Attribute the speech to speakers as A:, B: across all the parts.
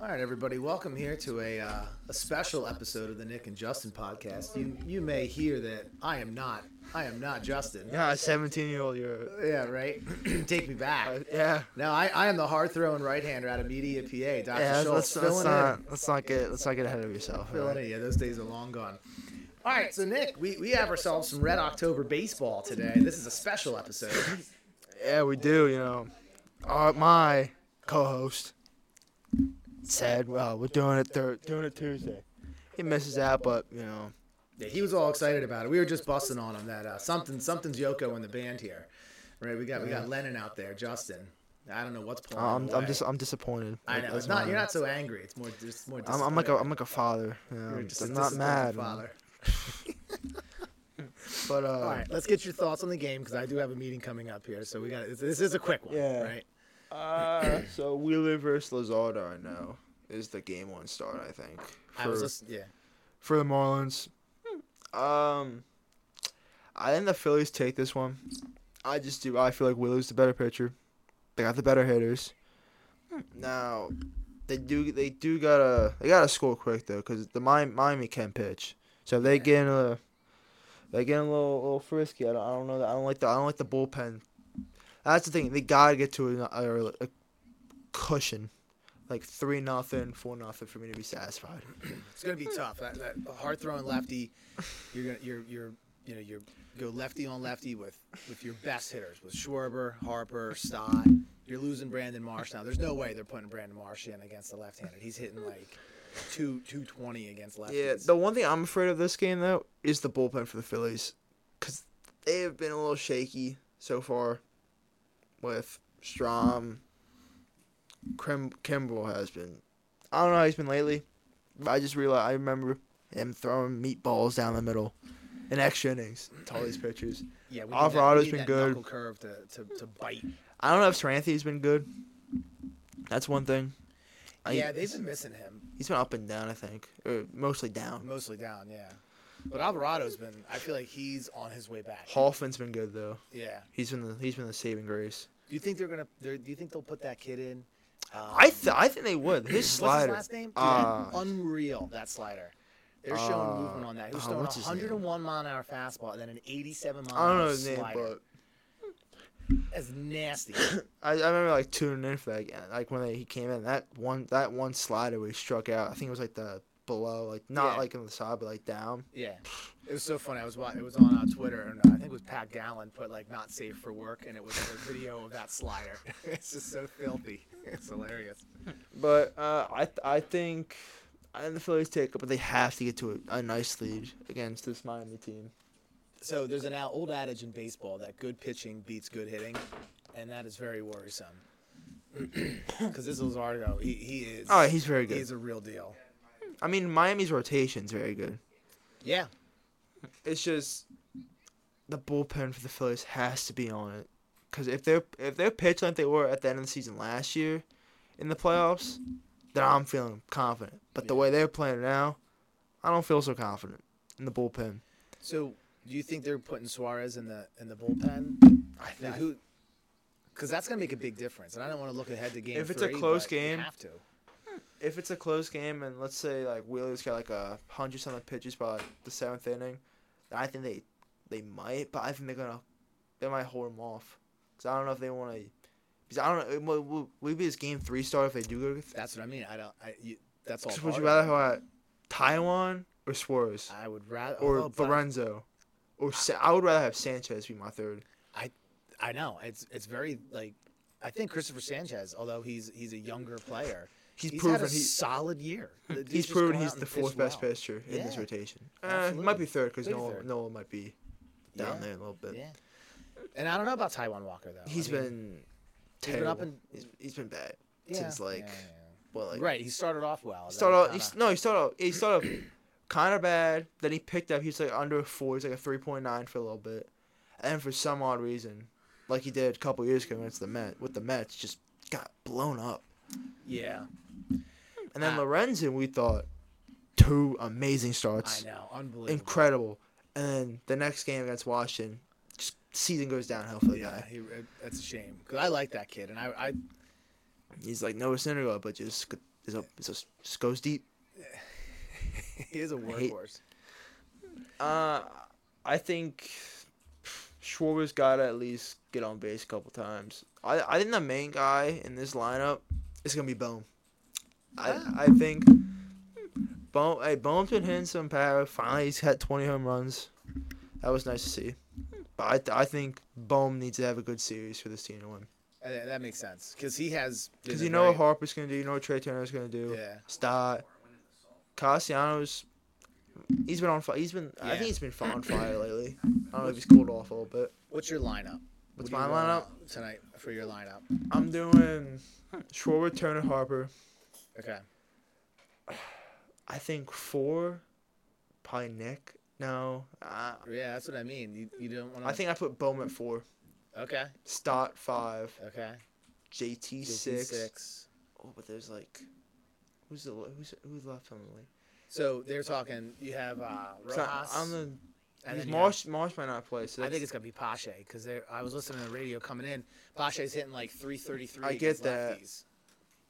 A: All right, everybody, welcome here to a, uh, a special episode of the Nick and Justin podcast. You you may hear that I am not I am not Justin. Oh,
B: Yeah, 17 year old you're.
A: Yeah, right. Take me back.
B: uh, yeah.
A: No, I, I am the hard throwing right hander out of Media PA. Dr.
B: Yeah,
A: Schultz
B: let's, let's
A: filling in.
B: not let's not get let's not get ahead of yourself. all
A: Filling
B: right?
A: in. Yeah, those days are long gone. All right, so Nick, we, we have ourselves some Red October baseball today. This is a special episode.
B: Yeah, we do. You know, uh, my co-host said, "Well, we're doing it thir- doing it Tuesday." He misses out, but you know,
A: Yeah, he was all excited about it. We were just busting on him that uh, something something's Yoko in the band here, right? We got we got Lennon out there, Justin. I don't know what's pulling. him
B: I'm Um, I'm
A: away.
B: just I'm disappointed.
A: I
B: Like,
A: know.
B: that's
A: It's not.
B: my-
A: You're not so angry. It's more. It's more.
B: I'm, I'm like a
A: disappointed.
B: I'm like a father. You know,
A: You're
B: I'm
A: just a
B: not
A: disappointed
B: mad,
A: Father.
B: but uh,
A: All right, let's get your thoughts on the game because I do have a meeting coming up here, so we got this. This is a quick one,
B: Yeah.
A: right?
B: uh, so Wheeler versus Lazardo, I know, is the game one start. I think.
A: I was
B: for-
A: just yeah.
B: for the Marlins. Um, I think the Phillies take this one. I just do. I feel like Willie's the better pitcher. They got the better hitters. Now, they do. They do gotta. They gotta score quick though, because the Miami, Miami can pitch. So if they get in a. They get a little little frisky. I don't, I don't know. that- I don't like the. I don't like the bullpen. That's the thing. They gotta get to a, a, a cushion, like three nothing, four nothing, for me to be satisfied.
A: It's gonna be tough. That, that hard throwing lefty, you're gonna you're you're you know you're go lefty on lefty with with your best hitters with Schwarber, Harper, Stott. You're losing Brandon Marsh now. There's no way they're putting Brandon Marsh in against the left-handed. He's hitting like two two twenty against lefties.
B: Yeah, the one thing I'm afraid of this game though is the bullpen for the Phillies, because they have been a little shaky so far. With Strom, Kim- Kimbrel has been. I don't know how he's been lately. But I just realized I remember him throwing meatballs down the middle, in extra innings to all these pitchers.
A: yeah, we need
B: Alvarado
A: that- we
B: has
A: need
B: been
A: that
B: good.
A: knuckle Curve to, to, to bite.
B: I don't know if Saranthi's been good. That's one thing. I-
A: yeah, they've been missing him.
B: he's been up and down. I think, or mostly down.
A: Mostly down, yeah. But Alvarado's been. I feel like he's on his way back.
B: Hoffman's been good though.
A: Yeah.
B: He's been the he's been the saving grace.
A: Do you think they're gonna? They're, do you think they'll put that kid in? Um,
B: I th- I think they would. His
A: What's his
B: slider.
A: last name? Dude,
B: Uh,
A: unreal. That slider. They're showing
B: uh,
A: movement on that. He was
B: uh,
A: throwing
B: what's his name?
A: 101 mile an hour fastball and then an 87 mile
B: I
A: an
B: don't know
A: hour
B: his name,
A: slider.
B: but
A: That's nasty.
B: I, I remember like tuning in for that. Game. Like when they, he came in, that one that one slider where he struck out. I think it was like the below, like not
A: Yeah.
B: like on the side, but like down.
A: yeah. It was so funny. I was watching. It was on uh, Twitter, and uh, I think it was Pat Gallen put like "not safe for work," and it was a video of that slider. it's just so filthy. It's hilarious.
B: But uh, I th- I think I think the Phillies take it, but they have to get to a, a nice lead against this Miami team.
A: So there's an al- old adage in baseball that good pitching beats good hitting, and that is very worrisome. Because this Lazardo, he, he is.
B: Oh, he's very good.
A: He's a real deal.
B: I mean, Miami's rotation's very good.
A: Yeah.
B: It's just the bullpen for the Phillies has to be on it. Because if they're if they're pitching like they were at the end of the season last year, in the playoffs, then I'm feeling confident. But the way they're playing now, I don't feel so confident in the bullpen.
A: So do you think they're putting Suarez in the in the bullpen?
B: I
A: Like, who? Because that's gonna make a big difference, and I don't want to look ahead to game.
B: If it's a
A: three,
B: close
A: but you
B: game-
A: have to.
B: if it's a close game and let's say like Wheeler's got like a hundred something pitches by like, the seventh inning, then I think they they might, but I think they're gonna they might hold him off because I don't know if they want to. Because I don't know, it will- will, will it be this game three start if they do go to
A: That's what I mean. I don't. I, you, that's all.
B: So would
A: part
B: you
A: of it.
B: rather have Taiwan or Suarez
A: I would rather.
B: or
A: although, but
B: Lorenzo? Or Sa- I would rather have Sanchez be my third.
A: I know it's it's very like. I think Christopher Sanchez, although he's he's a younger player,
B: He's,
A: he's
B: proven
A: had a
B: he,
A: solid year. The dude's
B: he's
A: just
B: proven
A: gone
B: he's
A: out
B: the
A: and
B: fourth
A: pitched
B: best
A: well.
B: pitcher in this
A: Yeah,
B: rotation. Uh, he
A: absolutely.
B: might be third because
A: Could be
B: Noel
A: third.
B: Noel might be down
A: Yeah.
B: there a little bit.
A: Yeah. And I don't know about Taiwan Walker though.
B: He's
A: I mean,
B: been
A: he's
B: terrible.
A: been up in-
B: he's, he's been bad
A: yeah,
B: since
A: yeah,
B: like
A: yeah,
B: well
A: yeah.
B: like
A: right. He started off well.
B: he
A: then
B: started out
A: kinda-
B: he's, no he started out he started out kind of bad then he picked up he was like under a four he's like a three point nine for a little bit and for some odd reason like he did a couple years ago against the Met with the Mets just got blown up
A: yeah,
B: and then
A: Ah.
B: Lorenzen we thought two amazing
A: I
B: starts
A: know, unbelievable.
B: incredible and then the next game against Washington just season goes downhill for the
A: Yeah,
B: guy
A: he, uh, that's a shame because I like that kid, and I, I
B: he's like no Syndergaard but just is a, is a, just goes deep.
A: he is a
B: hate-
A: workhorse.
B: Uh, I think Schwarber's got to at least get on base a couple times. I I think the main guy in this lineup is gonna be Bohm. I I think Bohm. Hey, Bohm's been hitting some power. Finally, he's had 20 home runs. That was nice to see. But I, th- I think Bohm needs to have a good series for this team to win.
A: Uh, that that makes sense because he has. been
B: Because
A: a
B: you know
A: very-
B: what Harper's gonna do. You know what Trey Turner's gonna do.
A: Yeah.
B: Stott, Castellanos. He's been on fire. He's been. I
A: Yeah.
B: think he's been on fire lately. I don't know if he's cooled off a little bit.
A: What's your lineup?
B: What's
A: What do you
B: my
A: want tonight for your lineup?
B: I'm doing Schwarber, Turner, Harper.
A: Okay.
B: Uh, I think four, probably Nick. No, uh,
A: Yeah, that's what I mean. You, you don't want to.
B: I think I put Bohm at four,
A: Okay.
B: Stott five,
A: Okay.
B: JT
A: Six.
B: six.
A: six.
B: Oh, but there's like, who's the le- who's who's left on the league?
A: So they're talking. You have uh,
B: So I-
A: Rojas.
B: I'm the.
A: and
B: he's
A: then you have-
B: Marsh. Marsh might not play. So
A: I
B: that's-
A: think it's gonna be Pache because I was listening to the radio coming in. Pache's hitting like 333.
B: I get
A: against
B: that.
A: lefties.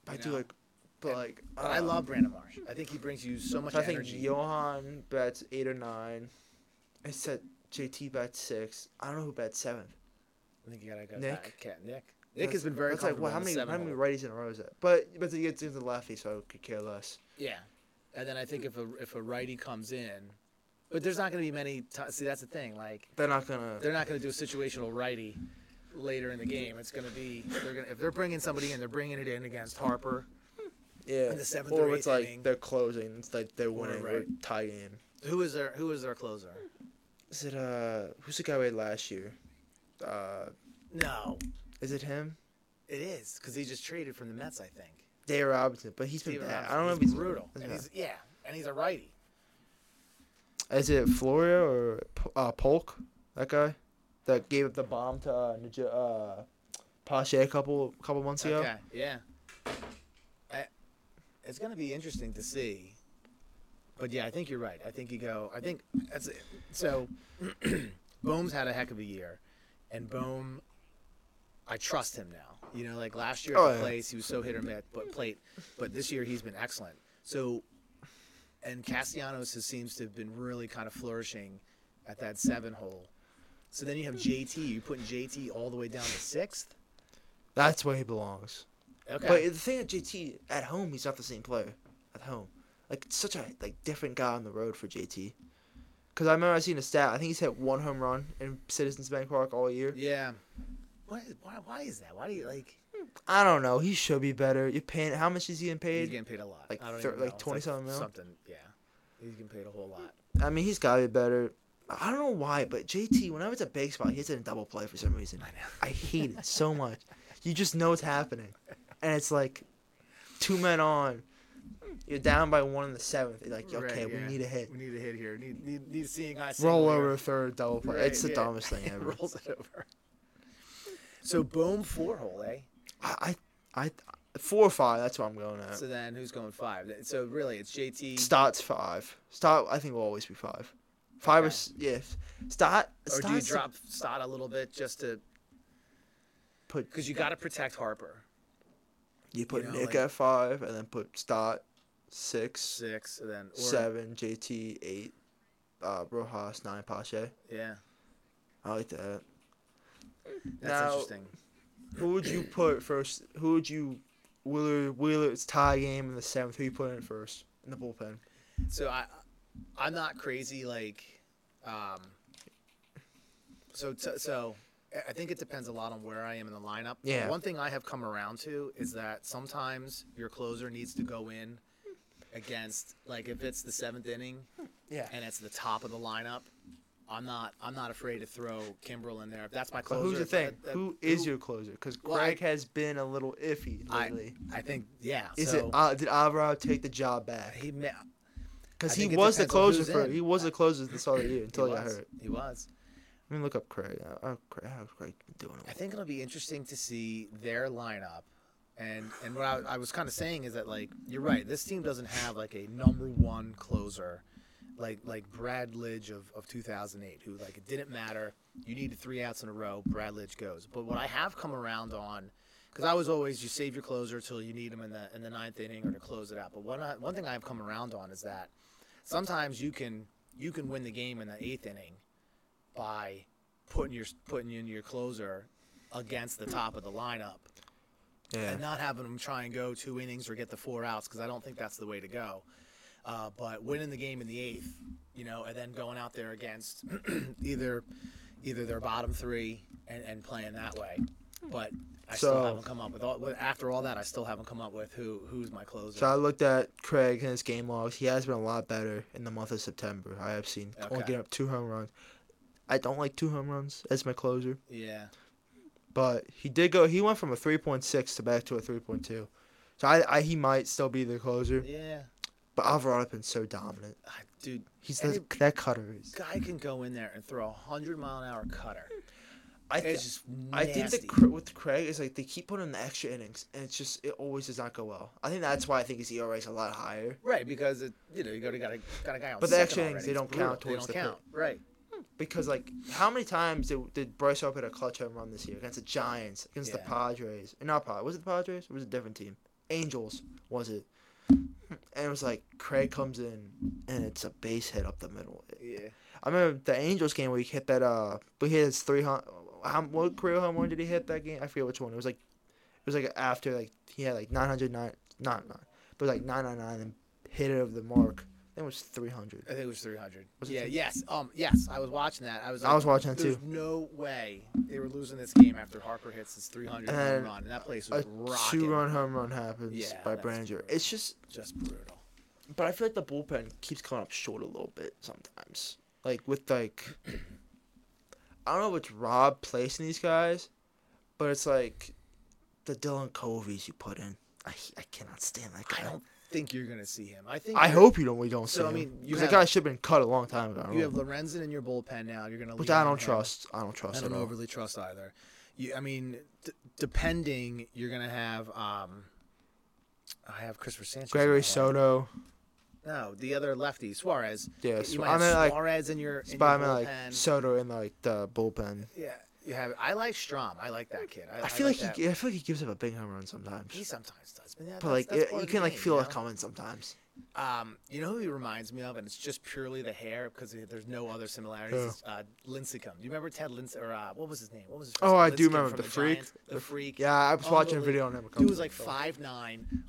B: I
A: you
B: do
A: know.
B: like, but
A: And-
B: like.
A: But I
B: um,
A: love Brandon Marsh. I think he brings you so much
B: So I think
A: energy.
B: Johan bats eight or nine. I said JT bats six. I don't know who bats seventh.
A: I think you gotta go.
B: Nick?
A: back. Cat- Nick. Nick has been very.
B: That's like
A: comfortable
B: well, how
A: in the
B: many
A: seven
B: how many
A: hole.
B: righties in a row is that? But but he gets into the lefty, so I could care less.
A: Yeah, and then I think if a if a righty comes in, but there's not gonna be many. T- See, that's the thing. Like
B: They're not gonna.
A: they're not gonna do a situational righty later in the game. It's gonna be they're gonna if they're bringing somebody in, they're bringing it in against Harper.
B: yeah.
A: in the seventh
B: or
A: or eighth
B: it's like
A: inning.
B: they're closing. It's like they're
A: Or
B: winning or
A: right.
B: tie game.
A: Who is their Who is their closer?
B: Is it uh who's the guy we had last year? Uh,
A: No,
B: is it him?
A: it is because he just traded from the Mets, I think.
B: Dave Robinson, but he's been
A: Steven
B: bad.
A: Robinson.
B: I don't know if
A: He's
B: he's
A: brutal.
B: is
A: And
B: it-
A: he's, yeah, and he's a righty.
B: Is it Florio or P- uh, Polk? That guy that gave up the bomb to uh, Nij- uh Pache a couple couple months ago.
A: Okay, yeah. I, it's gonna be interesting to see. But yeah, I think you're right. I think you go. I think that's it. So, Bohm's had a heck of a year, and Bohm, I trust him now. You know, like last year at
B: Oh,
A: the
B: yeah.
A: place, he was so hit or miss, but plate. But this year he's been excellent. So, and Castellanos has, seems to have been really kind of flourishing at that seven hole. So then you have JT. You're putting JT all the way down to sixth.
B: That's where he belongs.
A: Okay.
B: But the thing at JT at home, he's not the same player at home. Like it's such a like different guy on the road for JT. Because I remember I seen a stat. I think he's hit one home run in Citizens Bank Park all year.
A: Yeah. What is, why, why is that? Why do you like?
B: I don't know. He should be better. You're paying. How much is he getting
A: He's
B: paid?
A: getting paid a lot.
B: like
A: I don't
B: thir-
A: even
B: like
A: know. It's
B: 27 mil?
A: Something. Yeah. He's getting paid a whole lot.
B: I mean, he's got to be better. I don't know why, but JT, whenever it's a big spot, he hits it in double play for some reason. I know. I hate it so much. You just know it's happening, and it's like two men on. You're down by one in the seventh. You're like,
A: Right,
B: okay,
A: yeah.
B: we need a hit.
A: We need a hit here. Need need, need seeing eyes.
B: Roll over third double play.
A: Right,
B: it's the
A: yeah.
B: dumbest thing ever.
A: Rolls it over. So boom four hole, eh?
B: I, I, I, four or five. That's what I'm going at.
A: So then who's going five? Th- So really, it's JT.
B: Starts five. Start. I think will always be five. Five or
A: Okay.
B: s- yeah. Start.
A: Or do you
B: Stott's-
A: drop Stott a little bit just to?
B: Put
A: Because you got to protect Harper.
B: you put
A: know,
B: Nick
A: like-
B: at five, and then put start six,
A: Six, and then or,
B: seven, JT eight, uh, Rojas nine, Pache.
A: Yeah,
B: I like that.
A: that's
B: Now-
A: interesting.
B: Who would you put first? Who would you? Wheeler, Wheeler, it's tie game in the seventh. Who you put in first in the bullpen?
A: So I, I'm not crazy like, um. So t- so, I- I think it depends a lot on where I am in the lineup.
B: Yeah.
A: One thing I have come around to is that sometimes your closer needs to go in, against like if it's the seventh inning
B: Yeah.
A: and it's the top of the lineup. I'm not. I'm not afraid to throw Kimbrel in there. If that's my
B: But
A: closer.
B: who's the
A: if I-
B: thing?
A: that-
B: who is your closer? Because
A: Well, I-
B: Greg has been a little iffy
A: I,
B: lately.
A: I think. Yeah.
B: is
A: so
B: it? Uh, did Alvarado take the job back?
A: he ma- I
B: Because he
A: think it
B: was the
A: depends on
B: closer
A: who's
B: for.
A: in.
B: He was the closer this all year
A: he
B: until he got
A: was.
B: hurt.
A: He was.
B: Let me look up Craig. Uh, uh, Craig how's Craig been doing?
A: I think it'll be interesting to see their lineup. And and what I, I was kind of saying is that like you're right, this team doesn't have like a number one closer, like like Brad Lidge of, of 2008, who like it didn't matter. You needed three outs in a row. Brad Lidge goes. But what I have come around on, Because I was always you save your closer till you need them in the in the ninth inning or to close it out. But one I, one thing I've come around on is that sometimes you can you can win the game in the eighth inning by putting your putting in your closer against the top of the lineup
B: Yeah.
A: and not having them try and go two innings or get the four outs because I don't think that's the way to go. Uh, but winning the game in the eighth, you know, and then going out there against either either their bottom three and, and playing that way. But I
B: So-
A: still haven't come up with all. with- After all that, I still haven't come up with who who's my closer.
B: So I looked at Craig and his game logs. He has been a lot better in the month of September. I have seen only
A: Okay.
B: getting up two home runs. I don't like two home runs as my closer,
A: yeah,
B: but he did go. He went from a three point six to back to a three point two. So I, I, he might still be the closer,
A: yeah,
B: but Alvarado's been so dominant.
A: I, dude.
B: He's
A: And
B: the, that cutter is.
A: Guy can go in there and throw a hundred mile an hour cutter.
B: I
A: It's
B: th-
A: just
B: I
A: nasty.
B: think the cr- with Craig is like they keep putting in the extra innings, and it's just it always does not go well. I think that's why I think his ERA is a lot higher.
A: right because it, you know you got a got a got a guy on.
B: But the
A: second
B: extra innings,
A: already.
B: they
A: It's
B: don't
A: brutal.
B: count
A: They don't
B: towards the
A: count. Right.
B: because like how many times did, did Bryce Harper hit a clutch home run this year against the Giants, against the
A: Yeah.
B: Padres, and not Padres? Was it the Padres? Or was it a different team? Angels was it? And it was like Craig comes in and it's a base hit up the middle.
A: Yeah.
B: I remember the Angels game where he hit that uh, but he hit his three hun- how what career home run did he hit that game? I forget which one. It was like it was like after like he had like nine hundred nine not nine, but like nine nine nine and hit it over the mark. I think it was three hundred.
A: I think it was 300.
B: Was it
A: yeah,
B: 300?
A: yes. Um, yes, I was watching that. I was. Like,
B: I was watching that
A: There's
B: too.
A: no way they were losing this game after Harper hits his 300 home
B: And
A: run, and that place
B: a
A: was rocking.
B: two run home run happens
A: Yeah,
B: by
A: that's
B: Branger.
A: brutal.
B: It's just,
A: Just brutal.
B: but I feel like the bullpen keeps coming up short a little bit sometimes. Like with like, I don't know if it's Rob placing these guys, but it's like the Dylan Coveys you put in. I, I cannot stand that guy.
A: I don't think you're gonna see him. I think.
B: I
A: you're-
B: hope you don't. We don't
A: So,
B: see
A: I
B: him.
A: mean, you
B: 'Cause
A: have-
B: that guy should have been cut a long time ago. I don't
A: you have
B: know.
A: Lorenzen in your bullpen now. You're gonna.
B: which
A: lean
B: I
A: on
B: don't
A: him.
B: trust. I don't trust
A: I
B: at
A: don't
B: all.
A: overly trust either. You, I mean, d- depending, you're gonna have. Um, I have Christopher Sanchez. in my
B: Gregory
A: lineup.
B: Soto.
A: No, the other lefty, Suarez.
B: Yeah,
A: you
B: Su-
A: might
B: I
A: have
B: mean, like-
A: Suarez in your, in your
B: But I mean, like
A: bullpen.
B: Soto in like the bullpen.
A: yeah, you have. I like Strom. I like that kid. I,
B: I feel
A: I
B: like,
A: like that
B: he. I feel like he gives up a big home run sometimes.
A: He sometimes does, but, yeah,
B: But
A: that's-
B: like
A: that's
B: it,
A: part
B: you
A: of the
B: can like
A: game,
B: feel
A: you
B: it
A: know?
B: coming sometimes.
A: Um, you know who he reminds me of, and it's just purely the hair because there's no other similarities.
B: Who?
A: is, Uh, Lincecum. Do you remember Ted Lince or uh, what was his name? What was his?
B: Oh,
A: first name?
B: I do
A: Lincecum
B: remember
A: from
B: the freak.
A: Giants, the freak.
B: Yeah, I was watching a video on him. a
A: He
B: couple
A: was like
B: days ago.
A: 5'9",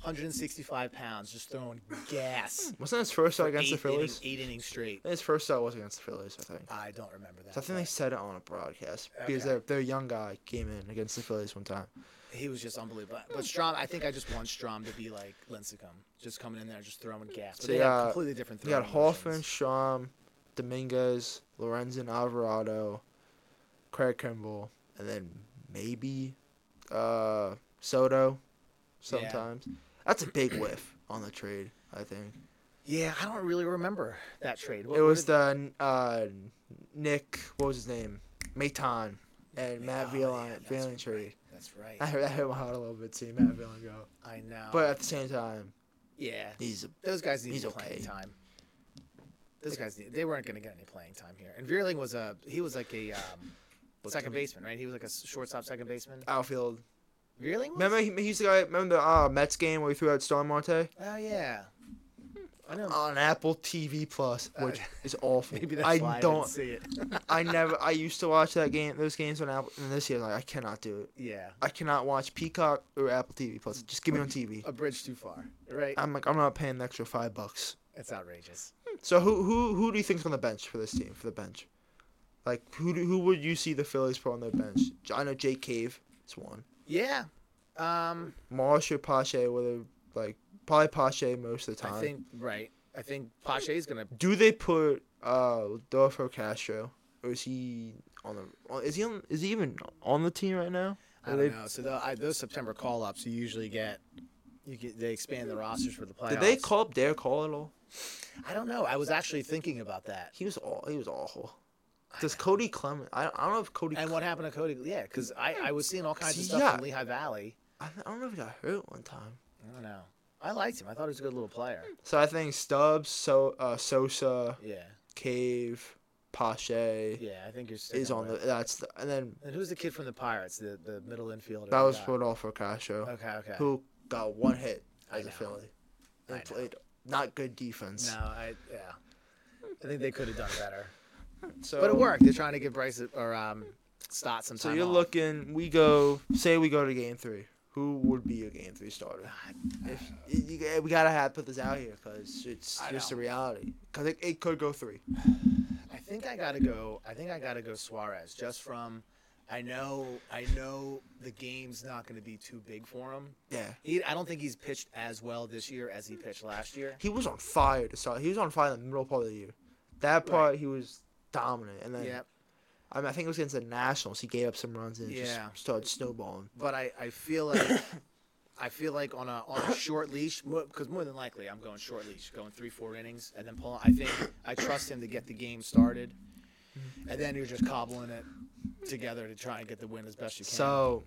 A: 165 pounds, just throwing gas
B: Wasn't his first
A: for
B: shot against the
A: eight, inning,
B: Phillies?
A: eight innings straight.
B: His first shot was against the Phillies, I think.
A: I don't remember that.
B: So I think they
A: but
B: said it on a broadcast because
A: Okay.
B: their their young guy came in against the Phillies one time.
A: he was just unbelievable. But Strom, I think I just want Strom to be like Lincecum, just coming in there, just throwing gas. But
B: So
A: they
B: you
A: have
B: got-
A: completely different.
B: You got
A: throwing motions.
B: Hoffman, Schramm, Dominguez, Lorenzen, Alvarado, Craig Kimball, and then maybe uh, Soto. Sometimes that's a big whiff on the trade. I think.
A: Yeah, I don't really remember that trade. What-
B: It
A: what
B: was
A: did-
B: the uh, Nick. What was his name? Maton and Matt
A: Oh, yeah,
B: Velan
A: that's
B: Velan
A: right.
B: trade.
A: That's
B: I
A: right.
B: heard that hit my heart a little bit seeing Matt Velan go.
A: I know.
B: But at the same time,
A: yeah,
B: Oh. he's a,
A: those guys need
B: he's
A: playing
B: okay.
A: time. Those guys, need, they weren't going to get any playing time here. And Vierling was a he was like a um, second baseman, right? He was like a s- shortstop, second baseman.
B: outfield.
A: Vierling. Was?
B: Remember he, he's the guy. Remember the uh, Mets game where he threw out Star Marte
A: Oh yeah. I know.
B: on Apple TV Plus, which
A: Uh,
B: is awful.
A: Maybe that's
B: I
A: why I didn't
B: don't.
A: see it.
B: I never. I used to watch that game. Those games on Apple. And this year, like I cannot do it.
A: yeah,
B: I cannot watch Peacock or Apple TV Plus. Just give me on TV.
A: a bridge too far, right?
B: I'm like I'm not paying the extra five bucks.
A: It's outrageous.
B: So who who who do you think's on the bench for this team for the bench? Like who do, who would you see the Phillies put on their bench? J- I know Jake Cave is one.
A: Yeah. Um,
B: Marsh or Pache, whether like probably Pache most of the time.
A: I think right. I think Pache is going to
B: Do they put uh Dorfo Castro or is he on the on- is he on is he even on the team right now?
A: I
B: Or
A: don't
B: they-
A: know. So the, I, those September call ups, you usually get, you get they expand the rosters for the playoffs.
B: Did they call up Derek Hall at all?
A: I don't know. I was actually thinking about that.
B: He was all he was awful. Does Cody Clement? I, I don't know if Cody.
A: And what happened to Cody? Yeah, because I, I was seeing all kinds of
B: See,
A: stuff
B: yeah.
A: from Lehigh Valley.
B: I, I don't know if he got hurt one time.
A: I don't know. I liked him. I thought he was a good little player.
B: So I think Stubbs, so uh, Sosa,
A: Yeah.
B: Cave, Pache
A: Yeah, I think you're. sticking
B: is on the.
A: with-
B: That's the, and then
A: And who's the kid from the Pirates? The the middle infielder.
B: that
A: who
B: was
A: got-
B: Rodolfo Castro,
A: Okay, okay.
B: who got one hit
A: I
B: as a
A: know.
B: Philly and
A: I know.
B: played not good defense.
A: No, I yeah. I think they could have done better,
B: So
A: but it worked. They're trying to give Bryce or um Stott some
B: So
A: time
B: you're
A: off.
B: looking. We go. Say we go to game three. Who would be your game three starter? If you, you- we gotta have put this out here because it's
A: I
B: just
A: know.
B: a reality. Because it, it could go three.
A: I think I gotta go. I think I gotta go Suarez just from. I know. I know the game's not going to be too big for him.
B: Yeah.
A: He, I don't think he's pitched as well this year as he pitched last year.
B: He was on fire to start. He was on fire in the middle part of the year. That part he was dominant, and then
A: Yeah,
B: I mean I think it was against the Nationals. He gave up some runs and it
A: Yeah.
B: just started snowballing.
A: but I, I feel like I feel like on a on a short leash because more than likely I'm going short leash, going three four innings, and then pulling. I think I trust him to get the game started, and then you're just cobbling it together to try and get the win as best you can.
B: So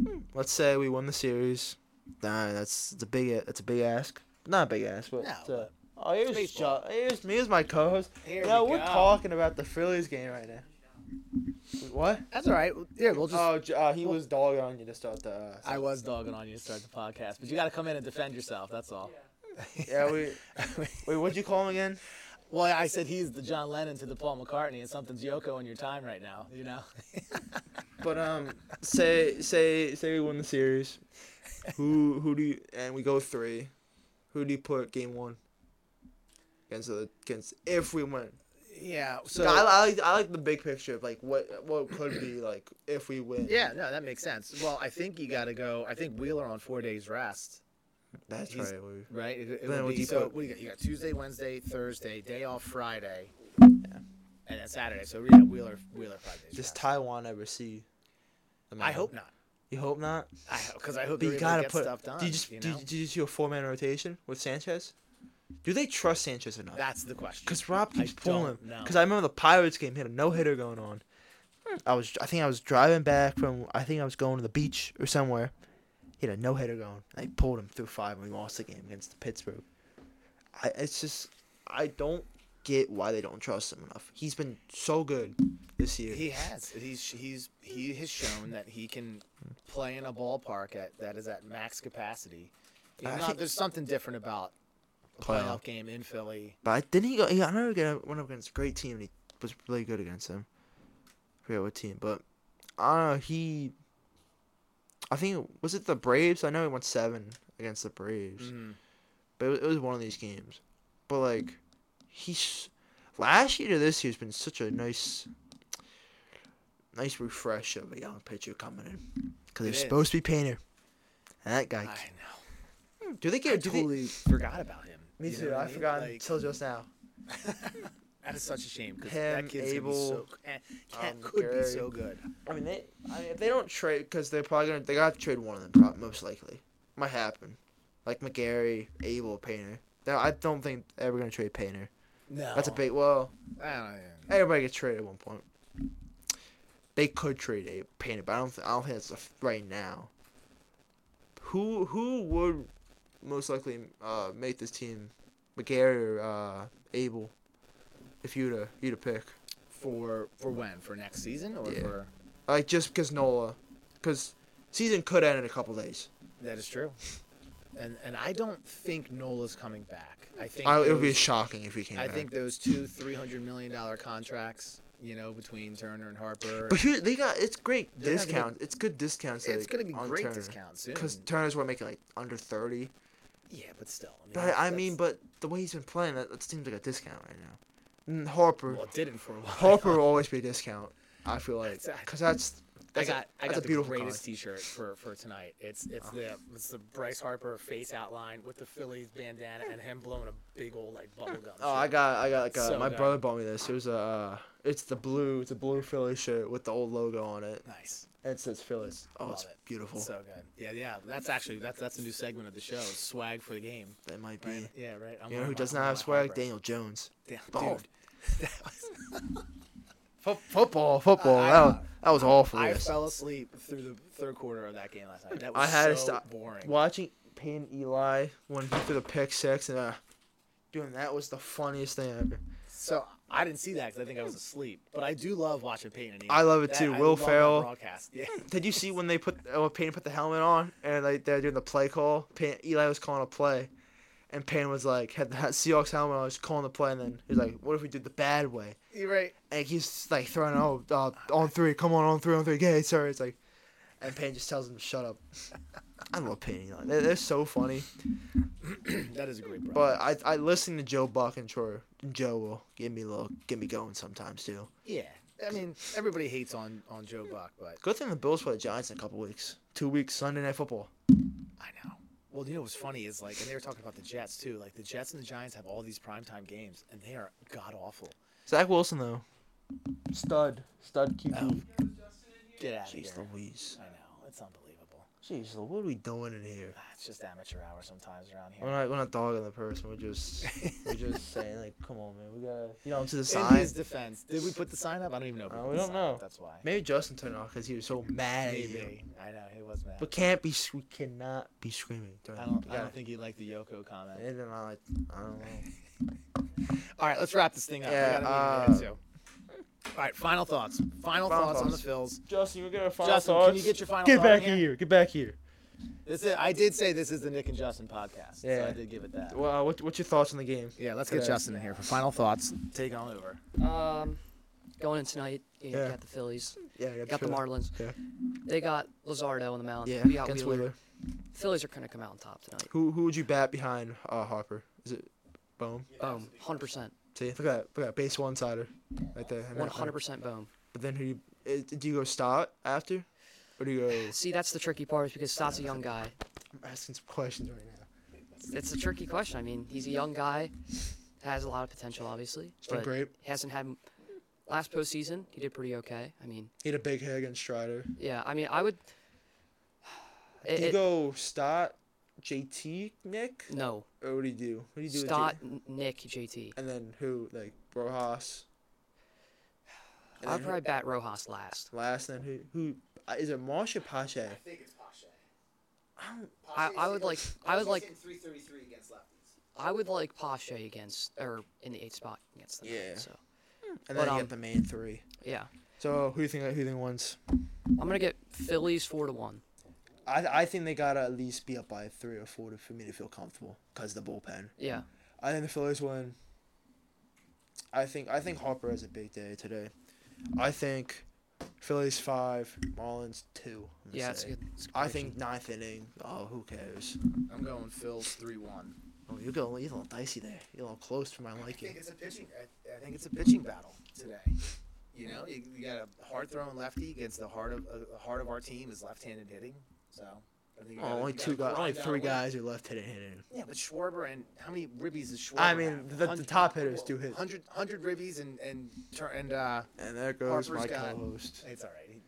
B: hmm, let's say we won the series. Nah, that's it's a big that's a big ask. Not a big ask, but
A: No,
B: it's a- oh here's
A: baseball.
B: jo- here's me as my co-host.
A: Here
B: yeah,
A: we
B: are
A: go.
B: talking about the Phillies game right now. What?
A: that's all right. Yeah, we'll just.
B: oh, J- uh, he was dogging on you to start the. Uh,
A: I was dogging on you to start the podcast, but you got to come in and defend yourself. That's all.
B: yeah, we. Wait, what'd you call him again?
A: well, I said he's the John Lennon to the Paul McCartney, and something's Yoko in your time right now. You know.
B: But um, say say say we won the series. Who who do you and we go three? Who do you put game one? Against the against if we win.
A: Yeah.
B: So I, I like I like the big picture of like what what could be like if we win.
A: Yeah, no, that makes sense. Well, I think you got to go. I think Wheeler on four days rest,
B: that's
A: He's-
B: right. we-
A: right? It, it
B: Then
A: would
B: what
A: be-
B: do you
A: so
B: put?
A: what do you got? You got Tuesday, Wednesday, Thursday, day off Friday, and then Saturday. So yeah, Wheeler, Wheeler five days.
B: Does
A: rest.
B: Taiwan ever see? the
A: I
B: mountain?
A: hope not.
B: You hope not.
A: I because I hope they're
B: But you
A: able to
B: gotta
A: get
B: put.
A: stuff done.
B: do you just
A: you
B: do,
A: know?
B: you- do you see a four man rotation with Sanchez? Do they trust Sanchez or not?
A: That's the question.
B: Because Rob keeps pulling him.
A: don't know.
B: Because I remember the Pirates game had a no hitter going on. I was I think I was driving back from I think I was going to the beach or somewhere. He had a no hitter going. They pulled him through five and we lost the game against the Pittsburgh. I it's just I don't get why they don't trust him enough. He's been so good this year.
A: He has. He's he's he has shown that he can play in a ballpark at, that is at max capacity. You
B: I
A: know,
B: think-
A: there's something different about a
B: Playoff.
A: playoff game in Philly.
B: but I didn't he go he, I know he got- went up against a great team and he was really good against them. I forget what team, but I don't know, he I think was it the Braves? I know he won seven against the Braves.
A: Mhm.
B: But it was, it was one of these games. But like, he's last year to this year's been such a nice, nice refresh of a young pitcher coming in because
A: It
B: they're
A: is.
B: supposed to be Painter. And that
A: I
B: guy,
A: know.
B: do they
A: I
B: get? Do
A: totally forgot about him.
B: they, me
A: You know
B: too.
A: what
B: I
A: mean?
B: forgot
A: Like,
B: until just now.
A: that is such a shame because
B: Him,
A: that kid's gonna be so
B: Abel,
A: eh, cat
B: um,
A: could be
B: Gary.
A: so good.
B: I mean, they. I mean, if they don't trade, because they're probably gonna, they gotta trade one of them, prob- most likely. Might happen, like McGarry, Abel, Painter. Now, I don't think they're ever gonna trade Painter.
A: No,
B: That's a big. Well,
A: I don't know.
B: Everybody gets traded at one point. They could trade a painter, but I don't. Th- I don't think that's a f- right now. Who who would most likely uh, make this team? McGarry or uh, Abel? If uh, you to you to pick,
A: For for when? For next season or
B: Yeah.
A: for
B: like just because Nola, because season could end in a couple days.
A: that is true. And and I don't think Nola's coming back. I think
B: I, it would be
A: those-
B: shocking if he came
A: I
B: back.
A: think those two three hundred million dollar contracts, you know, between Turner and Harper,
B: but here they got it's great
A: They're not gonna-
B: discounts. it's good discounts.
A: it's gonna be great
B: Turner.
A: discounts soon.
B: because Turner's what making like under thirty.
A: yeah, but still. I mean,
B: But
A: that's-
B: I mean,
A: that's-
B: but the way he's been playing, that, that seems like a discount right now. And Harper,
A: well, it didn't for a while.
B: Harper will always be a discount. I feel like
A: Exactly.
B: because that's
A: I
B: that's a-
A: got I
B: that's
A: got
B: a
A: the
B: beautiful
A: greatest
B: card.
A: T-shirt for, for tonight. It's it's the it's the Bryce Harper face outline with the Phillies bandana and him blowing a big old like bubblegum.
B: Oh, I got I got like a,
A: So
B: my
A: good.
B: brother bought me this. It was a uh, it's the blue it's a blue Philly shirt with the old logo on it.
A: nice.
B: And it says Phillies. Oh,
A: Love
B: it's
A: it.
B: beautiful.
A: So good. Yeah, yeah. That's actually that's that's a new segment of the show. Swag for the game.
B: that might be.
A: Right? Yeah, right. I'm
B: You know
A: wearing
B: who
A: my-
B: does
A: I'm
B: not
A: wearing
B: have
A: my
B: swag?
A: Harper.
B: Daniel Jones.
A: Damn,
B: Oh.
A: dude. That was-
B: Fo- football, football.
A: I-
B: that, was, that was awful.
A: I
B: yes.
A: fell asleep through the third quarter of that game last night. That
B: I
A: was
B: had
A: so
B: to stop
A: boring.
B: watching Peyton Eli when he threw the pick six and uh, doing that was the funniest thing ever.
A: So I didn't see that because I think I was asleep. But I do love watching Peyton and Ian.
B: I love it
A: That-
B: too.
A: I
B: Will
A: love that
B: Ferrell.
A: broadcast. Yeah.
B: Did you see when they put uh, when Payne put the helmet on and like they're doing the play call? Payne, Eli was calling a play, and Payne was like had the Seahawks helmet on, was calling the play, and then he's like, "What if we did the bad way?"
A: You're right.
B: And he's like throwing, "Oh, uh, on three, come on, on three, on three, gay, sorry." It's like, and Payne just tells him to shut up. I love Payne. and Eli. They're, they're so funny.
A: that is a great broadcast.
B: But I I listen to Joe Buck and Troy. Joe will get me a little get me going sometimes too.
A: yeah. I mean, everybody hates on on Joe Buck, but
B: Good thing the Bills play the Giants in a couple weeks. Two weeks Sunday Night Football.
A: I know. Well, you know what's funny is like, and they were talking about the Jets too. Like the Jets and the Giants have all these primetime games, and they are god awful.
B: Zach Wilson though. Stud, stud QB.
A: Get out of
B: Jeez
A: here.
B: Louise.
A: I know it's unbelievable.
B: Jeez, Lou- what are we doing in here?
A: Ah, It's just amateur hour sometimes around
B: We're
A: here.
B: not, we're not dogging the person. We're just we're just saying like, come on, man, we gotta you know to the
A: In
B: side.
A: his defense, did we put the sign up? I don't even know. if
B: Uh,
A: put
B: we
A: the
B: don't
A: sign up,
B: know.
A: That's why.
B: Maybe Justin turned it off because he was so mad at you.
A: Maybe. I know he was mad.
B: But can't be s- we cannot be screaming. during
A: I
B: the-
A: don't.
B: we
A: I
B: gotta-
A: don't think he liked the Yoko comment.
B: and then I like I don't know.
A: All right, let's wrap this thing up.
B: Yeah,
A: I got a meeting to head to. All right, final thoughts. Final,
B: Final
A: thoughts, on the
B: thoughts.
A: Phills.
B: Justin, we're gonna find
A: Justin, can you get your final thought in here?
B: Get back here.
A: This is, I did say this is the Nick and Justin podcast. So
B: Yeah.
A: I did give it that.
B: Well, uh, what, what's your thoughts on the game?
A: Yeah, let's get
B: Today.
A: Justin in here for final thoughts. Take on over.
C: Um, going in tonight, you
B: Yeah.
C: got the Phillies,
B: Yeah,
C: you got the Marlins.
B: Yeah.
C: They got Lazardo on the mound.
B: Yeah,
C: we got
B: against
C: Wheeler.
B: Wheeler.
C: Phillies are going to come out on top tonight.
B: Who who would you bat behind uh, Harper? Is it Bohm?
C: Boom, 100%.
B: See, look at that, look at that base one sider, right there. and then- uh,
C: 100% boom.
B: But then who you, eh, do you go Stott after, or do you go?
C: See, that's the tricky part is because Stott's a young guy.
B: I'm asking some questions right now.
C: It's a tricky question. I mean, he's a young guy, has a lot of potential, obviously.
B: been
C: but
B: great.
C: he Hasn't had last postseason. He did pretty okay. I mean,
B: He had a big hit against Strider.
C: yeah. I mean, I would.
B: Do
C: It,
B: you
C: it-
B: go Stott, JT, Nick,
C: no,
B: or what do you do? What do you do? with
C: Stott,
B: J-
C: N- Nick, JT.
B: and then who like Rojas? And
C: I'd
B: then
C: probably bat Rojas last.
B: who, last. Then who who uh, is it? Marsha Pache.
A: think it's Pasha.
B: I don't.
C: I, I would like. I would like.
A: 333 against lefties.
C: I would like Pache against or in the eighth spot against the Mets,
B: Yeah.
C: So
B: And
C: But,
B: then you
C: um,
B: get the main three.
C: yeah,
B: So who do you think who do you think wins?
C: I'm gonna get Phillies four to one.
B: I I think they gotta at least be up by three or four to, for me to feel comfortable because the bullpen.
C: Yeah,
B: I think the Phillies win. I think I think Harper has a big day today. I think Phillies five, Marlins two. I'm gonna
C: yeah, it's
B: say.
C: good. It's a good
B: I
C: prediction.
B: think ninth inning. Oh, who cares?
A: I'm going Phil's 3 1.
B: Oh, you're going you're a little dicey there. You're a little close for my
A: I think
B: liking.
A: it's a pitching. I, I think it's a pitching battle today. You know, you, you got a hard throwing lefty against the heart of uh, the heart of our team is left-handed hitting. So I think you
B: Oh,
A: gotta-
B: only
A: you gotta
B: two guys, only
A: grind out a
B: three
A: win.
B: guys are left hitting hitting.
A: Yeah, but Schwarber and how many ribbies is Schwarber?
B: I mean,
A: have?
B: the- the
A: 100
B: top hitters do hit.
A: 100, 100 ribbies and and tur- and uh,
B: And there goes
A: Harper's
B: my
A: got-
B: co-host.
A: it's all right.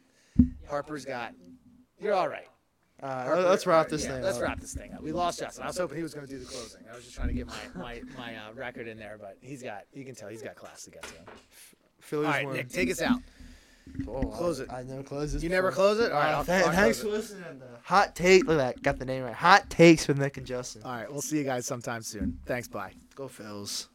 A: Harper's got. You're all right.
B: All right,
A: Harper-
B: let's wrap
A: uh,
B: this
A: yeah,
B: thing.
A: Let's
B: up.
A: wrap this thing up. We lost Justin. I was hoping he was going to do the closing. I was just trying to get my my my uh, record in there, but he's got. You can tell he's got class to get to. All
B: Phillies
A: right,
B: win.
A: Nick, take us out.
B: Oh,
A: Close
B: I-
A: it.
B: I never close this.
A: You never
B: before.
A: close it. All right.
B: Uh,
A: I'll,
B: th-
A: I'll
B: thanks
A: close
B: for
A: it.
B: listening. To Hot take. Look at that. Got the name right. Hot takes with Nick and Justin.
A: All right. We'll see you guys sometime soon. Thanks. Bye.
B: Go Phils.